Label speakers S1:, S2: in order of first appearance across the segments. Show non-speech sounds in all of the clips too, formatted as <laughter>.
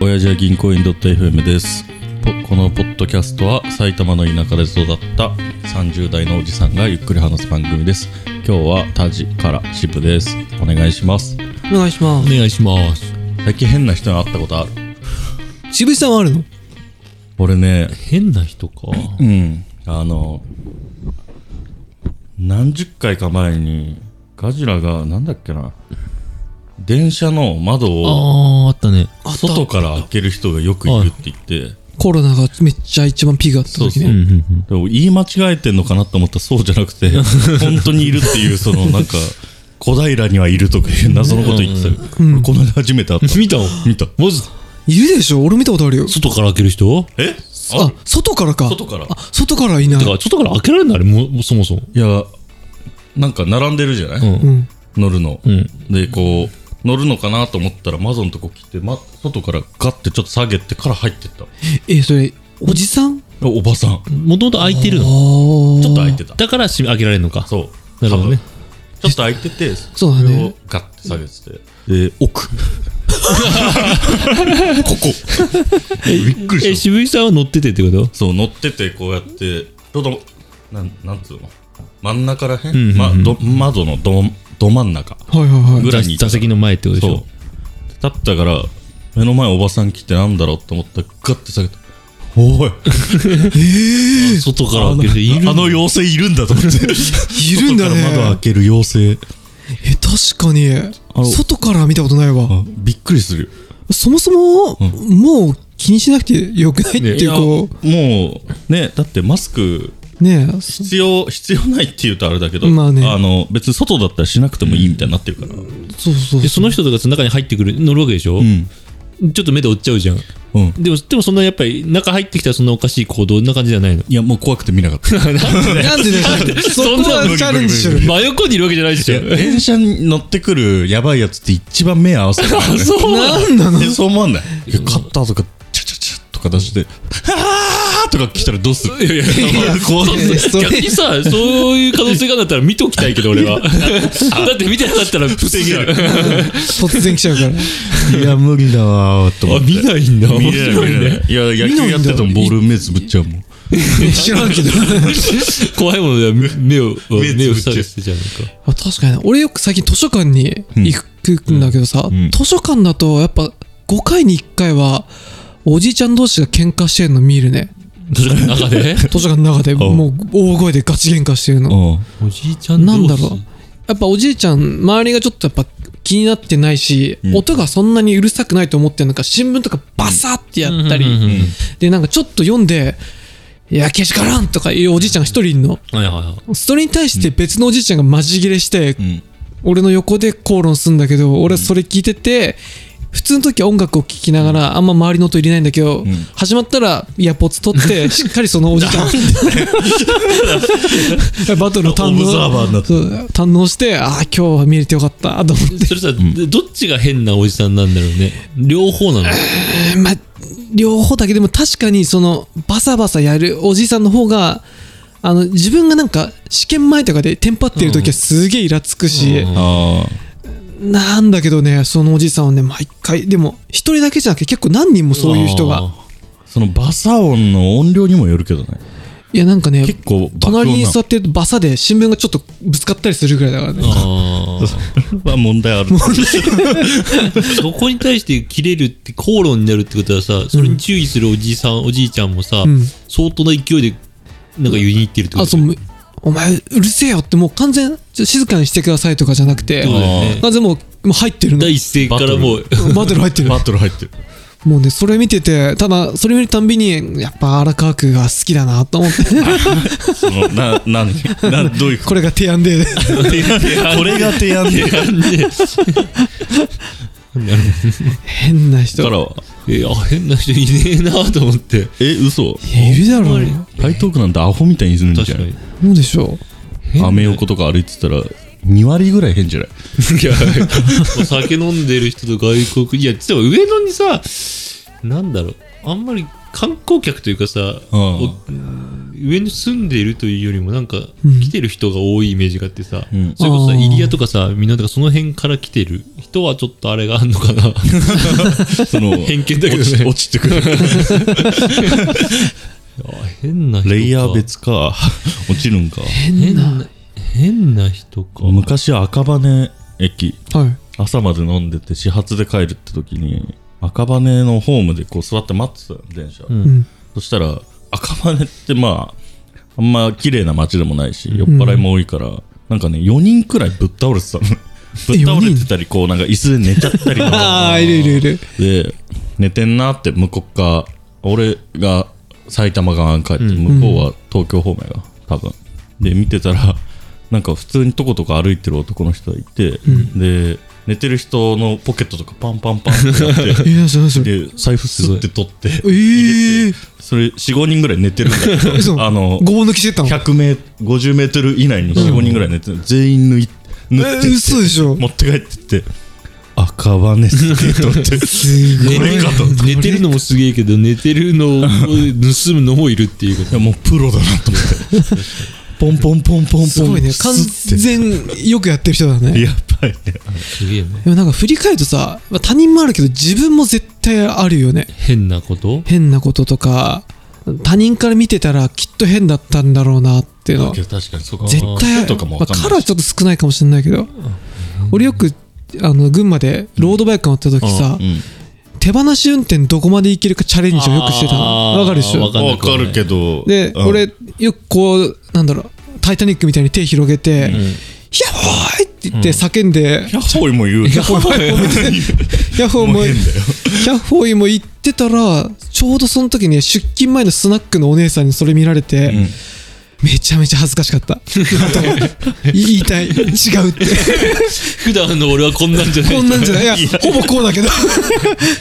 S1: 親父は銀行員 .fm ですポこのポッドキャストは埼玉の田舎で育った30代のおじさんがゆっくり話す番組です今日はタジからシブですお願いします
S2: お願いしま
S3: お
S2: す。
S3: 願いします。
S1: 最近変な人に会ったことある
S2: 渋井さんはあるの
S1: 俺ね
S3: 変な人か。
S1: うんあの何十回か前にガジラがなんだっけな電車の窓を
S3: ああ、あったね。
S1: 外から開ける人がよくいるって言って
S2: コロナがめっちゃ一番ピークだった時
S1: そう
S3: う
S1: そ
S2: ね。
S3: んうんうん。
S1: でも言い間違えてんのかなと思ったらそうじゃなく
S3: <laughs>
S1: て本当にいるっていうそのなんか小平にはいるとかいう謎のこと言ってたよ、俺この間初めて会った
S3: 見た
S1: 見た
S3: まず、
S2: いるでしょ俺見たことあるよ。
S3: 外から開ける人
S1: えあ
S2: あ、外からか。
S1: 外から
S2: あ、外からいな
S3: て
S2: い。
S3: か、外から開けられないあれもう、そもそも。
S1: いやなんか並んでるじゃない、
S3: うん
S2: うん。
S1: 乗るの、
S3: ん
S1: でこう乗るのかなと思ったら窓のとこ来て、ま、外からガッてちょっと下げてから入ってった
S2: え、それ、おじさん
S1: おおばさんち
S3: もともと開いてる
S2: ああ。
S3: の。
S1: ょっと開い
S2: て
S1: てた
S3: だからし開けられるのか。
S1: そう
S3: なるほどね
S1: 多分ちょっと開いてて
S2: そうだね
S1: れをガッて下げててで奥ここびっくりし
S3: え、
S1: た
S3: 渋井さんは乗っててってこと
S1: そう乗っててこうやってちょうどなんなんつうの真ん中らへん、
S3: んうんうん
S1: ま、ど窓のどど真ん中
S2: はいはいは
S1: ぐ
S2: い。
S1: らいにいた
S3: 座席の前ってことでし
S1: そう
S3: ょ。
S1: 立ったから目の前おばさん来てなんだろうと思ったらガッて下げたおい
S3: 外か
S1: あ
S3: ら
S1: の
S3: 開ける人いる
S1: あの妖精いるんだと思って
S2: いるんだ
S1: 外から窓開
S2: ね。
S1: ける妖精
S2: え、確かに。外から見たことないわ。
S1: あびっくりする
S2: そもそも、もう気にしなくてよくないっていう、こ
S1: もうねだってマスク
S2: う、ね
S1: 必要必要ないって言うとあれだけど、
S2: まあね
S1: の別に外だったらしなくてもいいみたいになってるから
S2: そうそう
S3: で、。その人とか中に入ってくる、乗るわけでしょ
S1: ん
S3: ちょっと目で追っちゃうじゃん。
S1: うん
S3: でも、でもそんなやっぱり、中入ってきたらそんなおかしい行動、そんな感じじゃないの。
S1: いやもう怖くて <laughs> 見なかった
S2: なんでだよ。そこはチャレンジしてる。
S3: 真横にいるわけじゃないでしょ。
S1: 電車に乗ってくるやばいやつって一番目合わせる <laughs> からね
S3: そうなの
S2: なんなの
S1: えそう思わないいやカッターとかチャチャチャとか出して「はあ!」とか来たらどうする
S3: いやいや、
S1: <laughs> 怖い
S2: いやいやそれ
S3: 逆にさ、そういう可能性があるんだったら見ておきたいけど、俺 <laughs> は。だって見てなかったら防げる。
S2: 突然来ちゃうから。
S1: いや無理だわと思って
S3: 見ないんだ。
S1: 見れない
S3: 面白
S1: 見れないいや野球やっててもボール目つぶっちゃうもん
S2: <laughs> 知らんけど。
S3: 怖いものでは <laughs> 目を、
S1: 目
S3: 目を
S1: つぶっちゃう
S3: 塞がしてちゃうのか。
S2: あ確かにな俺よく最近図書館に行くんだけどさ、
S1: ん
S2: 図書館だとやっぱ5回に1回はおじいちゃん同士が喧嘩してるの見るね
S3: 図書館の中で
S2: 図書館の中で
S1: ん
S2: もう大声でガチ喧嘩してるの
S1: うん
S3: おじいちゃん
S2: なんだろうやっぱおじいちゃん周りがちょっとやっぱ気になってないし、
S1: うん
S2: 音がそんなにうるさくないと思ってるのか新聞とかバサってやったり、
S3: うんうんうんうん
S2: でなんかちょっと読んで「いやけしからん!」とかいうおじいちゃんが一人いるの
S3: はいはいはい。
S2: それに対して別のおじいちゃんがマジギレして
S1: うん
S2: 俺の横で口論するんだけど俺はそれ聞いてて、普通の時は音楽を聴きながらあんま周りの音入れないんだけど、
S1: ん
S2: 始まったらイヤポツ取
S1: <laughs>
S2: ってしっかりそのおじちゃんバトルを堪
S1: オブザーバーになっ
S2: 能
S1: て
S2: そう堪能してああ今日は見れてよかったと思って
S3: それさ、どっちが変なおじさんなんだろうね。両方なの。
S2: えーまあ両方だけでも確かにそのバサバサやるおじさんの方があの自分がなんか試験前とかでテンパってる時はすげえイラつくし、
S3: うん
S1: あ
S2: なんだけどね、そのおじさんはね、毎回、でも、一人だけじゃなくて、結構何人もそういう人が。
S3: あ
S1: ーそのバサ音の音量にもよるけどね
S2: いや、なんかね、
S1: 結構爆音な
S2: 隣に座ってると、バサで新聞がちょっとぶつかったりするぐらいだから
S3: ー。
S2: ね。
S3: あー
S1: は問題ある
S3: そこに対して切れるって口論になるってことはさ、それに注意するおじいさん、おじいちゃんもさ、
S2: ん
S3: 相当な勢いでなんか言いに行ってるってこ
S2: あ、
S3: と
S2: そ
S3: だよ
S2: う、お前、うるせえよって、もう完全、ちょ静かにしてくださいとかじゃなくて
S3: そう、だよね。
S2: 完全もう、もう入ってるの
S3: 第。一声からもう、 <laughs>
S2: バトル入っ
S1: <laughs>
S2: てる。
S1: バトル入ってる
S2: もうね、それ見てて、ただ、それ見るたんびに、やっぱ荒川区が好きだなと思って、
S1: そのな何などういうこ
S2: これが提案で、
S1: これが提案でか
S2: 変な人。
S1: らはい
S3: や、変な人いねえなと思って。
S1: え嘘
S2: いるだろう。
S1: 台東区なんてアホみたいにするんじ
S3: 確
S1: ゃ
S3: か
S1: な
S3: に。
S1: い
S3: い
S2: そうでしょ
S1: アメ横とか歩いてたら2割ぐらい変じゃない
S3: や、お酒飲んでる人と外国、いや、実は上野にさ、なんだろう、あんまり観光客というかさ、
S1: うん
S3: お上に住んでいるというよりもなんか
S2: うん
S3: 来てる人が多いイメージがあってさ、
S1: うん
S3: それこそ
S2: あ
S3: さ
S2: ー
S3: 入谷とかさみんなとかその辺から来てる人はちょっとあれがあんのかな
S1: その、
S3: 偏見だけどね
S1: 落ち落ちてくる。
S3: <laughs> あ変な人か
S1: レイヤー別か、落ちるんか。
S2: 変
S3: 変
S2: な
S3: な変な人か
S1: 昔赤羽駅、
S2: はい
S1: 朝まで飲んでて始発で帰るって時に、赤羽のホームでこう座って待ってたの電車。
S3: うん
S2: うん
S1: そしたら、赤羽ってまあ、あんま綺麗な街でもないし、酔っ払いも多いから、なんかね、4人くらいぶっ倒れてたの。ぶっ倒れてたり、こうなんか椅子で寝ちゃったりと
S3: <laughs>
S1: か。
S2: ああいるいるいる
S1: で、寝てんなって向こうか、俺が埼玉側帰って、向こうは東京方面が、多分。で、見てたら、なんか普通にとことか歩いてる男の人がいて、で、寝てる人のポケットとかパンパンパンってや
S2: <laughs>
S1: っ
S2: えー、それそれ
S1: て、で、財布すって取って、
S2: ええ
S1: それ45人ぐらい寝てるんだけど
S2: 嘘
S1: あの
S2: ごぼう抜きしてったの
S1: 100メ50メートル以内に45人ぐらい寝てる、全員抜い
S2: え
S1: 抜いてって、
S2: ー、嘘でしょ
S1: 持って帰ってって赤羽スケートって
S2: すごい
S1: これかと思って
S3: <laughs> 寝てるのもすげえけど寝てるのを <laughs> 盗むのもいるっていうこ
S1: いやもうプロだなと思ってポンポンポンポンポン
S2: すごいね
S1: ス
S2: 完
S1: ッて
S2: 全よくやってる人だね
S1: やばいね
S3: とすげえね
S2: でもなんか振り返るとさまあ他人もあるけど自分も絶対あるよね
S3: 変なこと
S2: 変なこととか他人から見てたらきっと変だったんだろうなっていうのは
S1: 確かにそうか
S2: 絶対あ
S1: 人
S2: る
S1: とかもわかんないし
S2: まあカラーはちょっと少ないかもしれないけど俺よくあの群馬でロードバイク乗った時さ、
S1: う
S2: 手放し運転どこまでいけるかチャレンジをよくしてた
S3: あー
S2: のわかるでし
S3: わ
S2: ょ
S3: かん
S1: ん
S3: な
S1: わ
S3: くは
S1: か
S3: ない
S1: るけど
S2: で、
S1: うん
S2: 俺よくこうなんだろう「タイタニック」みたいに手広げて「
S1: うん
S2: やばい!」って言って叫んで
S1: ヤッホーイも言うヤッホーイも言
S2: 「ヤッホー
S1: うも
S2: も
S1: う
S2: ヤ
S1: 変だよ
S2: ッホーも行ってたらちょうどその時に出勤前のスナックのお姉さんにそれ見られて、
S1: うん
S2: めちゃめちゃ恥ずかしかった言いたい違うって
S3: 普段の俺はこんなんじゃない
S2: こんなんじゃないいやほぼこうだけど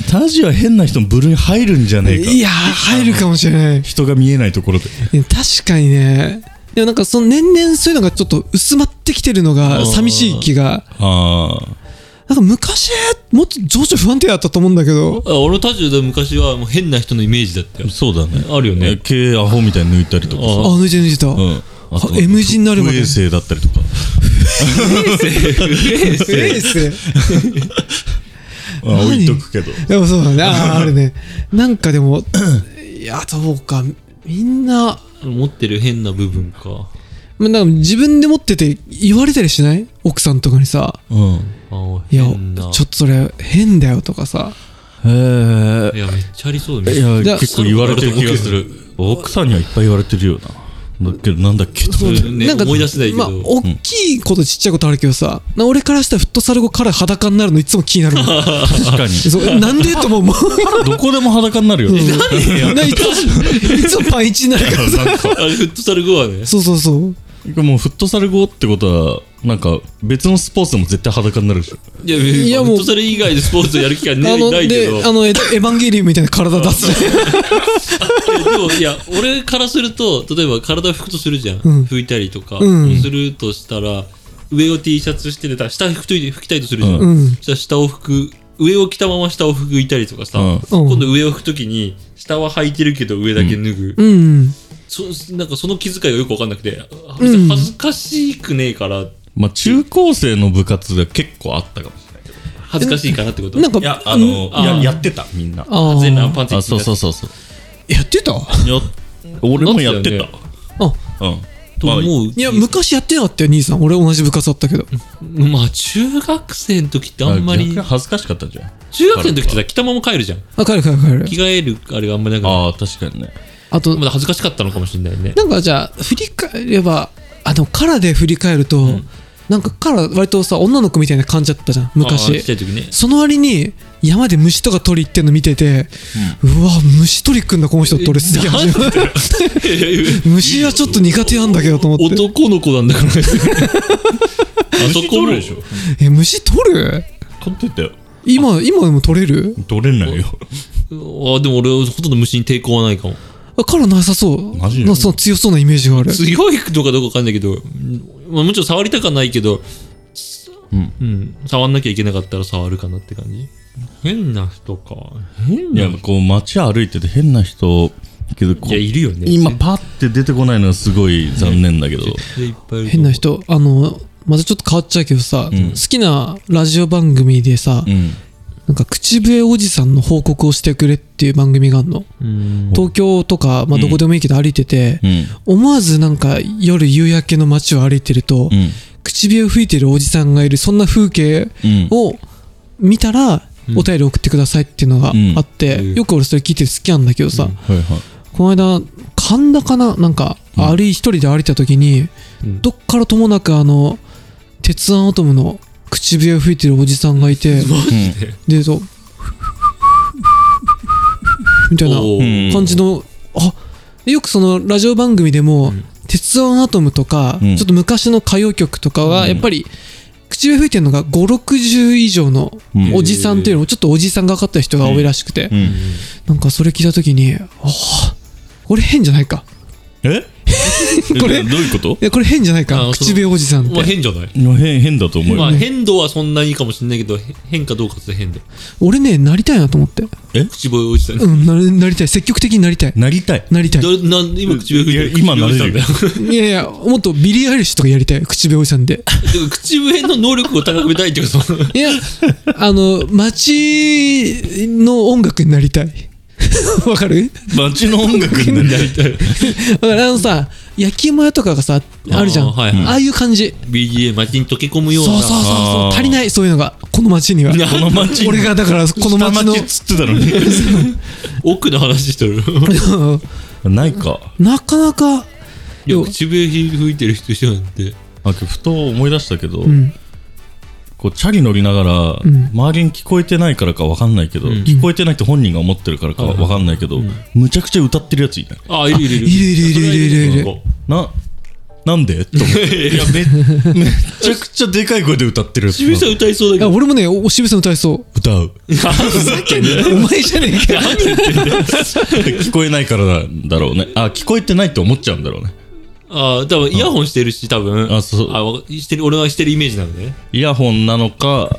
S1: タジは変な人の部類入るんじゃねえか
S2: いやー入るかもしれない
S1: 人が見えないところで
S2: ね確かにねでもなんかその年々そういうのがちょっと薄まってきてるのが寂しい気が
S1: ああ
S2: なんか昔もっと情緒不安定だったと思うんだけど
S3: <laughs> あ俺たちの昔はもう変な人のイメージだったよ
S1: そうだね。
S3: あるよね
S1: え毛アホみたいに抜いたりとかさ。
S2: あ
S3: あ
S2: 抜いてる抜いてた、
S1: うん。あと
S2: あ M 字になるまで
S1: 不衛生だったりとか。
S2: 不衛生
S1: あ置いとくけど。
S2: でもそうだねあーあるねなんかでもいやどうかみんな
S3: 持ってる変な部分か
S2: まあなんか自分で持ってて言われたりしない奥さんとかにさ
S1: うん。
S3: あ
S2: 「いや
S3: 変な
S2: ちょっとそれ変だよ」とかさ
S1: へ
S3: いやめっちゃありそうだ
S1: え。
S3: ね
S1: い
S2: じゃ
S1: や、
S2: あ
S1: 結構言われてる気がする。奥さんにはいっぱい言われてるよな。だけど、なんだっけと。
S3: そうね
S2: なんか
S3: 思い出せないけ
S2: まあ、
S3: ど
S2: 大きいことちっちゃいことあるけどさ、な俺からしたらフットサル後から裸になるのいつも気になる
S3: <laughs>
S2: もん
S1: 確かに。
S2: そうなんでと思うもん
S1: どこでも裸になるよね。
S2: <laughs> ないつもいつもパン1になる
S3: <laughs>
S2: から
S1: なんか、
S3: あれフットサル後はね
S2: そうそうそう
S1: もうフットサル後ってことは、なんか、別のスポーツでも絶対裸になるでしょ。
S3: いや
S2: いや
S3: フ
S2: もう
S3: ットサル以外でスポーツやる機会ね
S2: あの
S3: ないけ
S2: で
S3: ど
S2: あのエエヴァンゲリオンみたいな体出すね
S3: えでもいや俺からすると例えば体拭くとするじゃん、
S2: ん
S3: 拭いたりとか、
S2: うん
S3: するとしたら上を T シャツしててたら下拭くといて拭きたいとするじゃん、
S2: <laughs> うん
S3: そしたら下を拭く上を着たまま下を拭いたりとかさ、
S1: うん
S2: うん
S3: 今度上を拭くときに下は履いてるけど上だけ脱ぐ、
S2: うん
S3: そなんかその気遣いがよくわかんなくて、あ
S2: うん
S3: 恥ずかしくねえから
S1: まあ、中高生の部活では結構あったかもしれないけど。
S3: 恥ずかしいかなってこと
S2: なんか
S1: いや、あ
S2: うん
S1: の、
S3: あー
S1: ややってた、みんな。
S2: あ
S3: 全裸
S2: ー
S3: パンツ
S1: あ、そうそうそうそう。
S2: やってた
S1: や俺もやってた
S3: なって。
S2: あ
S1: うん。
S3: と思う、
S2: いや昔やってなかったよ兄さん俺同じ部活だったけど
S3: まあ中学生の時ってあ
S1: あ
S3: ん
S1: んま
S3: ま
S1: り
S3: り
S1: 恥ずかしかったんじゃん
S3: 中学生の時ってさ着たまま帰るじゃん
S2: あ帰る帰る帰る
S3: 着替えるあれがあんまりなくて
S1: ああ確かにね
S2: あと
S3: まだ恥ずかしかったのかもしれないね。
S2: なんかじゃあ振り返ればあのカラーで振り返ると、なんかカラー割とさ女の子みたいな感じだったじゃん
S3: あーちっちゃ
S2: 昔
S3: い時ね。
S2: <laughs> その割に山で虫とか取り行ってんの見てて、うわ虫取り行くんだこの人って俺すげえ初めて虫はちょっと苦手なんだけどと思って
S3: 男の子なんだから。あそこも。
S2: え虫取る
S1: 取ってたよ
S2: 今今でも取れる
S1: 取れないよ
S3: あでも俺、ほとんど虫に抵抗はないかも。
S2: あカラーなさそう
S1: マジで
S2: なんかその強そうなイメージがある
S3: 強いのかどうかわかんないけど、うんまあ、もちろん触りたくはないけど、
S1: うん
S3: うん、触んなきゃいけなかったら触るかなって感じ。変な人か。変
S1: いやこう街歩いてて変な人けどこ
S4: いやいるよね
S1: 今パッて出てこないのはすごい残念だけど、
S3: でいっぱいいると
S2: 変な人あのまたちょっと変わっちゃうけどさ、
S1: うん
S2: 好きなラジオ番組でさ、
S1: うん、
S2: なんか口笛おじさんの報告をしてくれっていう番組があるの
S3: うん
S2: 東京とか、まあ、どこでもいいけど歩いてて、
S1: うん
S2: 思わずなんか夜夕焼けの街を歩いてると、
S1: うん
S2: 口笛を吹いてるおじさんがいるそんな風景
S1: うん
S2: を見たら、
S3: うん
S2: お便り送ってくださいっていうのがあって、
S3: うん
S2: よく俺それ聞いてる好きなんだけどさ、
S3: うん
S1: はいはい
S2: この間神田かななんか、
S1: うん
S2: 歩い一人で歩いた時に、
S4: うん
S2: どっからともなくあの鉄腕アトムの口笛を吹いてるおじさんがいてでそうみたいな
S3: おー
S2: 感じのあよくそのラジオ番組でも、鉄腕アトムとか、
S1: うん
S2: ちょっと昔の歌謡曲とか
S1: う
S2: は
S1: ん
S2: やっぱり口笛吹いてるのが560以上の
S1: うん
S2: おじさんっていうのもちょっとおじさんがかかった人が多いらしくて、
S1: うん
S2: なんかそれ聞いた時にあ俺変じゃないか
S1: え
S2: これ
S1: どういう <laughs> こと
S2: いやこれ変じゃない
S3: あそ
S2: か
S3: う
S2: 口笛おじさんって、
S3: まあ変じゃない
S1: 変変だと思うよ、
S3: まあ変度はそんなにいいかもしれないけどへ変かどうかって変だよ
S2: 俺ねなりたいなと思って
S3: 口笛おじさんに
S2: うんなりなりたい積極的になりたい
S1: なりたい
S2: なりたい
S3: どなん今口笛吹いてる
S1: いや今
S3: 口笛おじさんだよ
S2: いやいやもっとビリー・アイリッシュとかやりたい口笛おじさんで
S3: <laughs> でも口笛の能力を高めたいっていうかその
S2: いやあの街の音楽になりたい <laughs> わかる
S1: 街の音楽になりたい
S2: だからあのさ焼き芋屋とかがさあるじゃん
S3: <laughs> あ
S2: あ,、
S3: ーはいはい
S2: あいう感じ
S3: BGA 街に溶け込むような
S2: そうそうそうそ
S1: あ
S2: う
S1: ー
S2: 足りないそういうのがこの街には
S1: この街
S2: 俺がだからこの街の
S1: 下町っつってたのに
S3: 奥の話してる
S1: ないか
S2: <laughs> なかなか
S3: いや口笛吹いてる人一緒なんて
S1: あふと思い出したけど、
S2: うん
S1: こうチャリ乗りながら、
S2: ん
S1: 周りに聞こえてないからか分かんないけど、
S3: うん
S1: 聞こえてないって本人が思ってるからか
S3: はいはい
S1: 分かんないけど、むちゃくちゃ歌ってるやついない
S3: あいるいるいる
S2: いるいるいるいるいるいる
S1: ななんでと思っていや <laughs> めめちゃくちゃでかい声で歌ってるやつ
S3: 渋谷さん歌いそうだけ
S2: あ
S3: ど
S2: 俺もねお渋さん歌いそう
S1: 歌う
S3: <laughs>
S2: お前じゃねえか
S1: 聞こえないからなんだろうねあ聞こえてないって思っちゃうんだろうね
S3: あ多分イヤホンしてるし多分
S1: あそう
S3: あわかしてる俺はしてるイメージなのね
S1: イヤホンなのか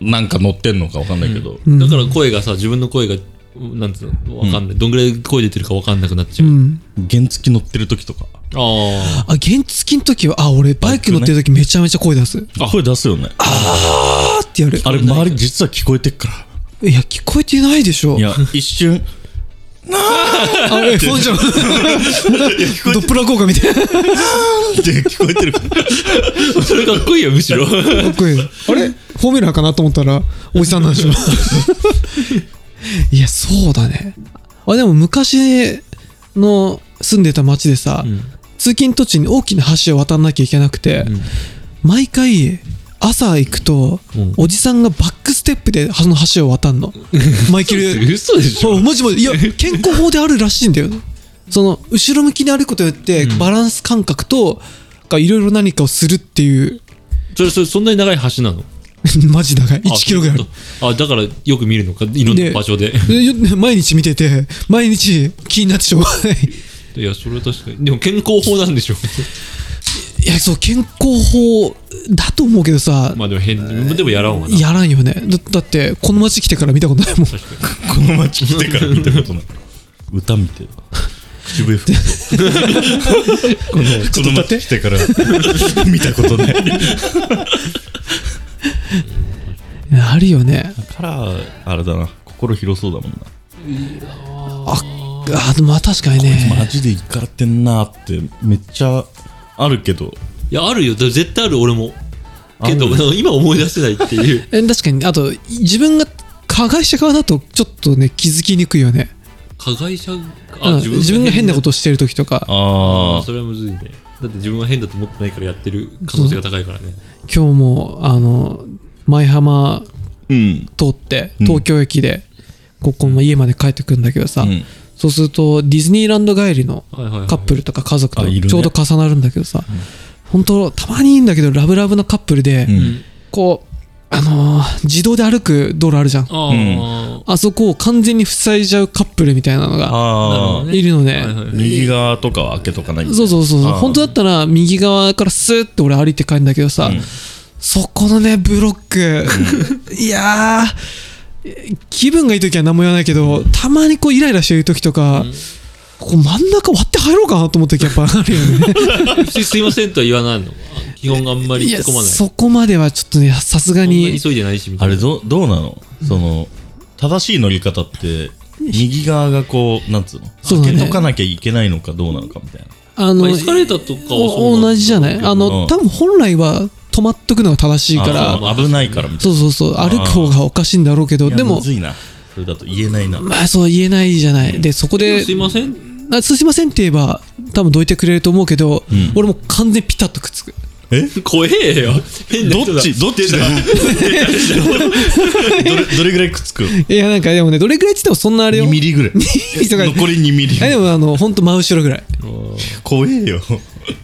S1: なんか乗ってんのか分かんないけど、
S3: だから声がさ自分の声がなんつうのわかんないどんぐらい声出てるかわかんなくなっちゃ
S2: う
S3: うん
S1: 原付乗ってる時とか
S3: あ
S2: あ原付の時はあ俺バイク乗ってる時めちゃめちゃ声出す
S1: 声出すよねあ
S2: あーってやる
S1: れ周り実は聞こえてっから
S2: いや聞こえてないでしょ
S1: いや一瞬
S2: あれフォンじゃんドップラー効果みたいなか
S1: って聞こえてるから
S3: あそれかっこいいよ
S2: <laughs>
S3: むしろ
S2: っこいいあれフォーミュラーかなと思ったらおじさんなんでしょいやそうだねあでも昔の住んでた町でさ、通勤途中に大きな橋を渡んなきゃいけなくて、毎回朝行くと、
S3: うん
S2: おじさんがバックステップでその橋を渡んのマイケル
S3: 嘘でしょ
S2: そうマジマジ <laughs> いや健康法であるらしいんだよその後ろ向きに歩くことによって、バランス感覚とかいろいろ何かをするっていう <laughs>
S3: それそれそんなに長い橋なの
S2: マジ長い
S3: あ
S2: 1キロぐらいある
S3: あだからよく見るのかいろんな場所で <laughs>
S2: でよ毎日見てて毎日気になってしょうが <laughs> ない
S3: いやそれは確かにでも健康法なんでしょ
S2: いやそう健康法だと思うけどさ、
S3: <laughs> まあでも変でもやらんわな
S2: やらんよねだだってこの街来てから見たことないもん
S1: この街来てから見たことない歌見て口笛吹くこのこの街来てから見たことない
S2: あるよね
S1: カラーあれだな心広そうだもん
S2: あまあ確かに
S1: な
S2: ね
S1: マジでイカれてんなってめっちゃあるけど
S3: いやあるよだから絶対ある俺もけど今思い出せないっていう
S2: え確かにあと自分が加害者側だとちょっとね気づきにくいよね
S3: 加害者
S2: うん自分が変なこととをしてる時とか
S1: ああ
S3: それはむずいねだって自分は変だと思ってないからやってる可能性が高いからね
S2: 今日もあの舞浜
S1: うん
S2: 通って
S1: うん
S2: 東京駅で、ここの家まで帰ってくるんだけどさ、
S1: うん
S2: そうするとディズニーランド帰りの
S3: はいはいはい
S2: カップルとか家族と
S1: あいるね
S2: ちょうど重なるんだけどさ、本当たまにいいんだけどラブラブなカップルで、
S1: うん
S2: こうあのー自動で歩く道路あるじゃん
S3: ああ、
S2: あそこを完全に塞いじゃうカップルみたいなの
S1: あ
S2: が
S3: なるほど
S1: あ
S3: ね
S2: いるのね、
S3: はいはい
S1: 右側とかは開けとかない
S2: そうそうそうそう
S1: あー
S2: 本当だったら右側からスーッて俺歩いて帰るんだけどさ、
S1: うん
S2: そこのねブロック、 <laughs> いやー気分がいい時は何も言わないけど、たまにこうイライラしてる時とか、ここ真ん中割って入ろうかなと思った時やっぱあるよね。
S3: すすいませんとは言わないの基本あんまり
S2: い
S3: 突っ
S2: や、
S3: 込まない
S2: そこまではちょっとね、さすが
S3: そんな
S2: に
S3: に。急いでないしみた
S1: あ
S3: いな
S1: れどどうなのその正しい乗り方って右側がこうなんつうの
S2: そうだね
S1: 開けとかなきゃいけないのかどうなのかみたいな
S2: あ
S3: まあ
S2: の、
S3: エスカレーターとかはそう
S2: お
S3: なんだ、
S2: 同じじゃないあ
S1: う
S2: の、
S1: ん
S2: 多分本来は止まっとくのが正しいか
S1: あ
S2: ら、
S1: まあ危ないからみたい
S2: そうそうそう、
S1: あー
S2: 歩く方がおかしいんだろうけど、
S1: な
S2: で
S1: いや
S2: も
S1: む、ずいなそれだと言えないな
S2: まあそう言えないじゃない。で、そこです
S3: いません
S2: あすいませんって言えば、多分どいてくれると思うけど
S1: うん、
S2: 俺もう完全にピタッとくっつく。
S1: え
S3: 怖えよ変な人
S1: どっ
S3: だ
S1: ちどっちだどれどれぐらいくっつく
S2: いや、なんかでもね、どれくらいって言ってもそんなあれよ。
S1: 2ミリぐらい
S2: リとか
S1: 残り2ミリ
S2: えでもあの、ほんと真後ろぐらい。
S1: 怖えよ、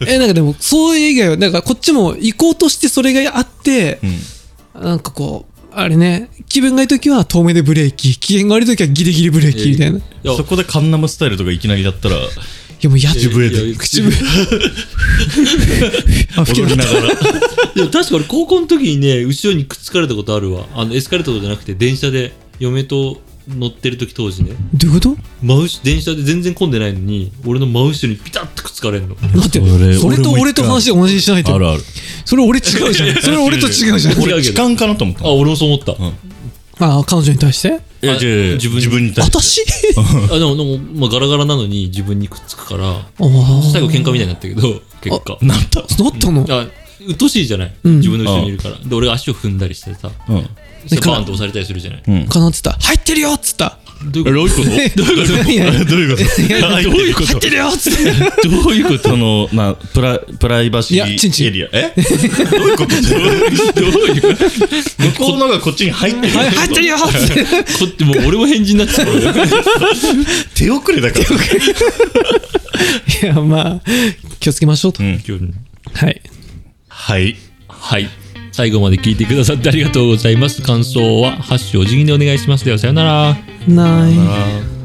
S2: え、なんかでも、そういう以外は、なんかこっちも行こうとしてそれがあって
S1: う、ん、
S2: なんかこう、あれね、気分がいいときは遠目でブレーキ、機嫌が悪いときはギリギリブレーキみたいな。い
S3: いや
S1: そこでカンナムスタイルとかいきなりやった <laughs> ら
S2: や、もうやっ
S1: 口笛で
S3: いや
S2: 口笛。
S1: <laughs>
S2: あ、吹き
S1: 踊
S2: な
S1: りな
S2: がら。
S1: がら
S3: でも確か俺高校の時にね後ろにくっつかれたことあるわあのエスカレーターとかじゃなくて電車で嫁と乗ってる時当時ね
S2: どういうこと
S3: 真後電車で全然混んでないのに俺の真後ろにピタッとくっつかれんの
S2: だって、
S1: それ
S2: それ
S1: 俺も一回
S2: と俺と話同じにしないと。
S1: あるある
S2: それ俺違うじゃん。それ俺と違うじゃん。
S3: 違
S1: 俺
S3: うけど
S1: 痴漢かなと思った
S3: あ俺もそう思った、
S1: ん
S2: ああ、彼女に対して
S1: いや
S3: あ
S1: 違う違う
S3: 自分
S1: 自分に対して
S2: 私
S1: <laughs>
S3: あでもでも、まあ、ガラガラなのに自分にくっつくから
S2: ああ。
S3: 最後喧嘩みたいになったけど結果
S1: なった
S2: なったの
S3: あうっとうしいじゃない、
S2: うん
S3: 自分の後ろにいるからで俺が足を踏んだりしてさ
S1: うん
S3: そしたら
S2: か
S3: バーンと押されたりするじゃない
S1: うん
S2: かなってた。入ってるよっつった。
S3: どう
S1: え
S3: いう
S1: ど
S3: こ
S1: ういうこと
S2: どういう
S1: どうい
S2: こといやいや
S1: うこと
S2: いや
S1: あ
S2: ど
S1: どういうこ
S2: 入
S1: と
S2: ってるよっつって。
S1: どういうことその、まあ、プラ、プライバシ
S2: いやチンチ
S1: ー
S2: ン
S1: エリア。えどういうことどういうこと向こうのがこっちに入ってる。
S2: はい入ってるよっつって。
S3: とこってもう俺も返事になっちゃう
S1: 手遅れだから。 <laughs>
S2: いや、まあ、気をつけましょうと。
S1: うん。
S3: 今日
S2: はい。
S1: はい。
S3: はい。最後まで聞いてくださってありがとうございます。感想は、ハッシュお辞儀でお願いします。では、さようなら。
S2: ない。
S1: あー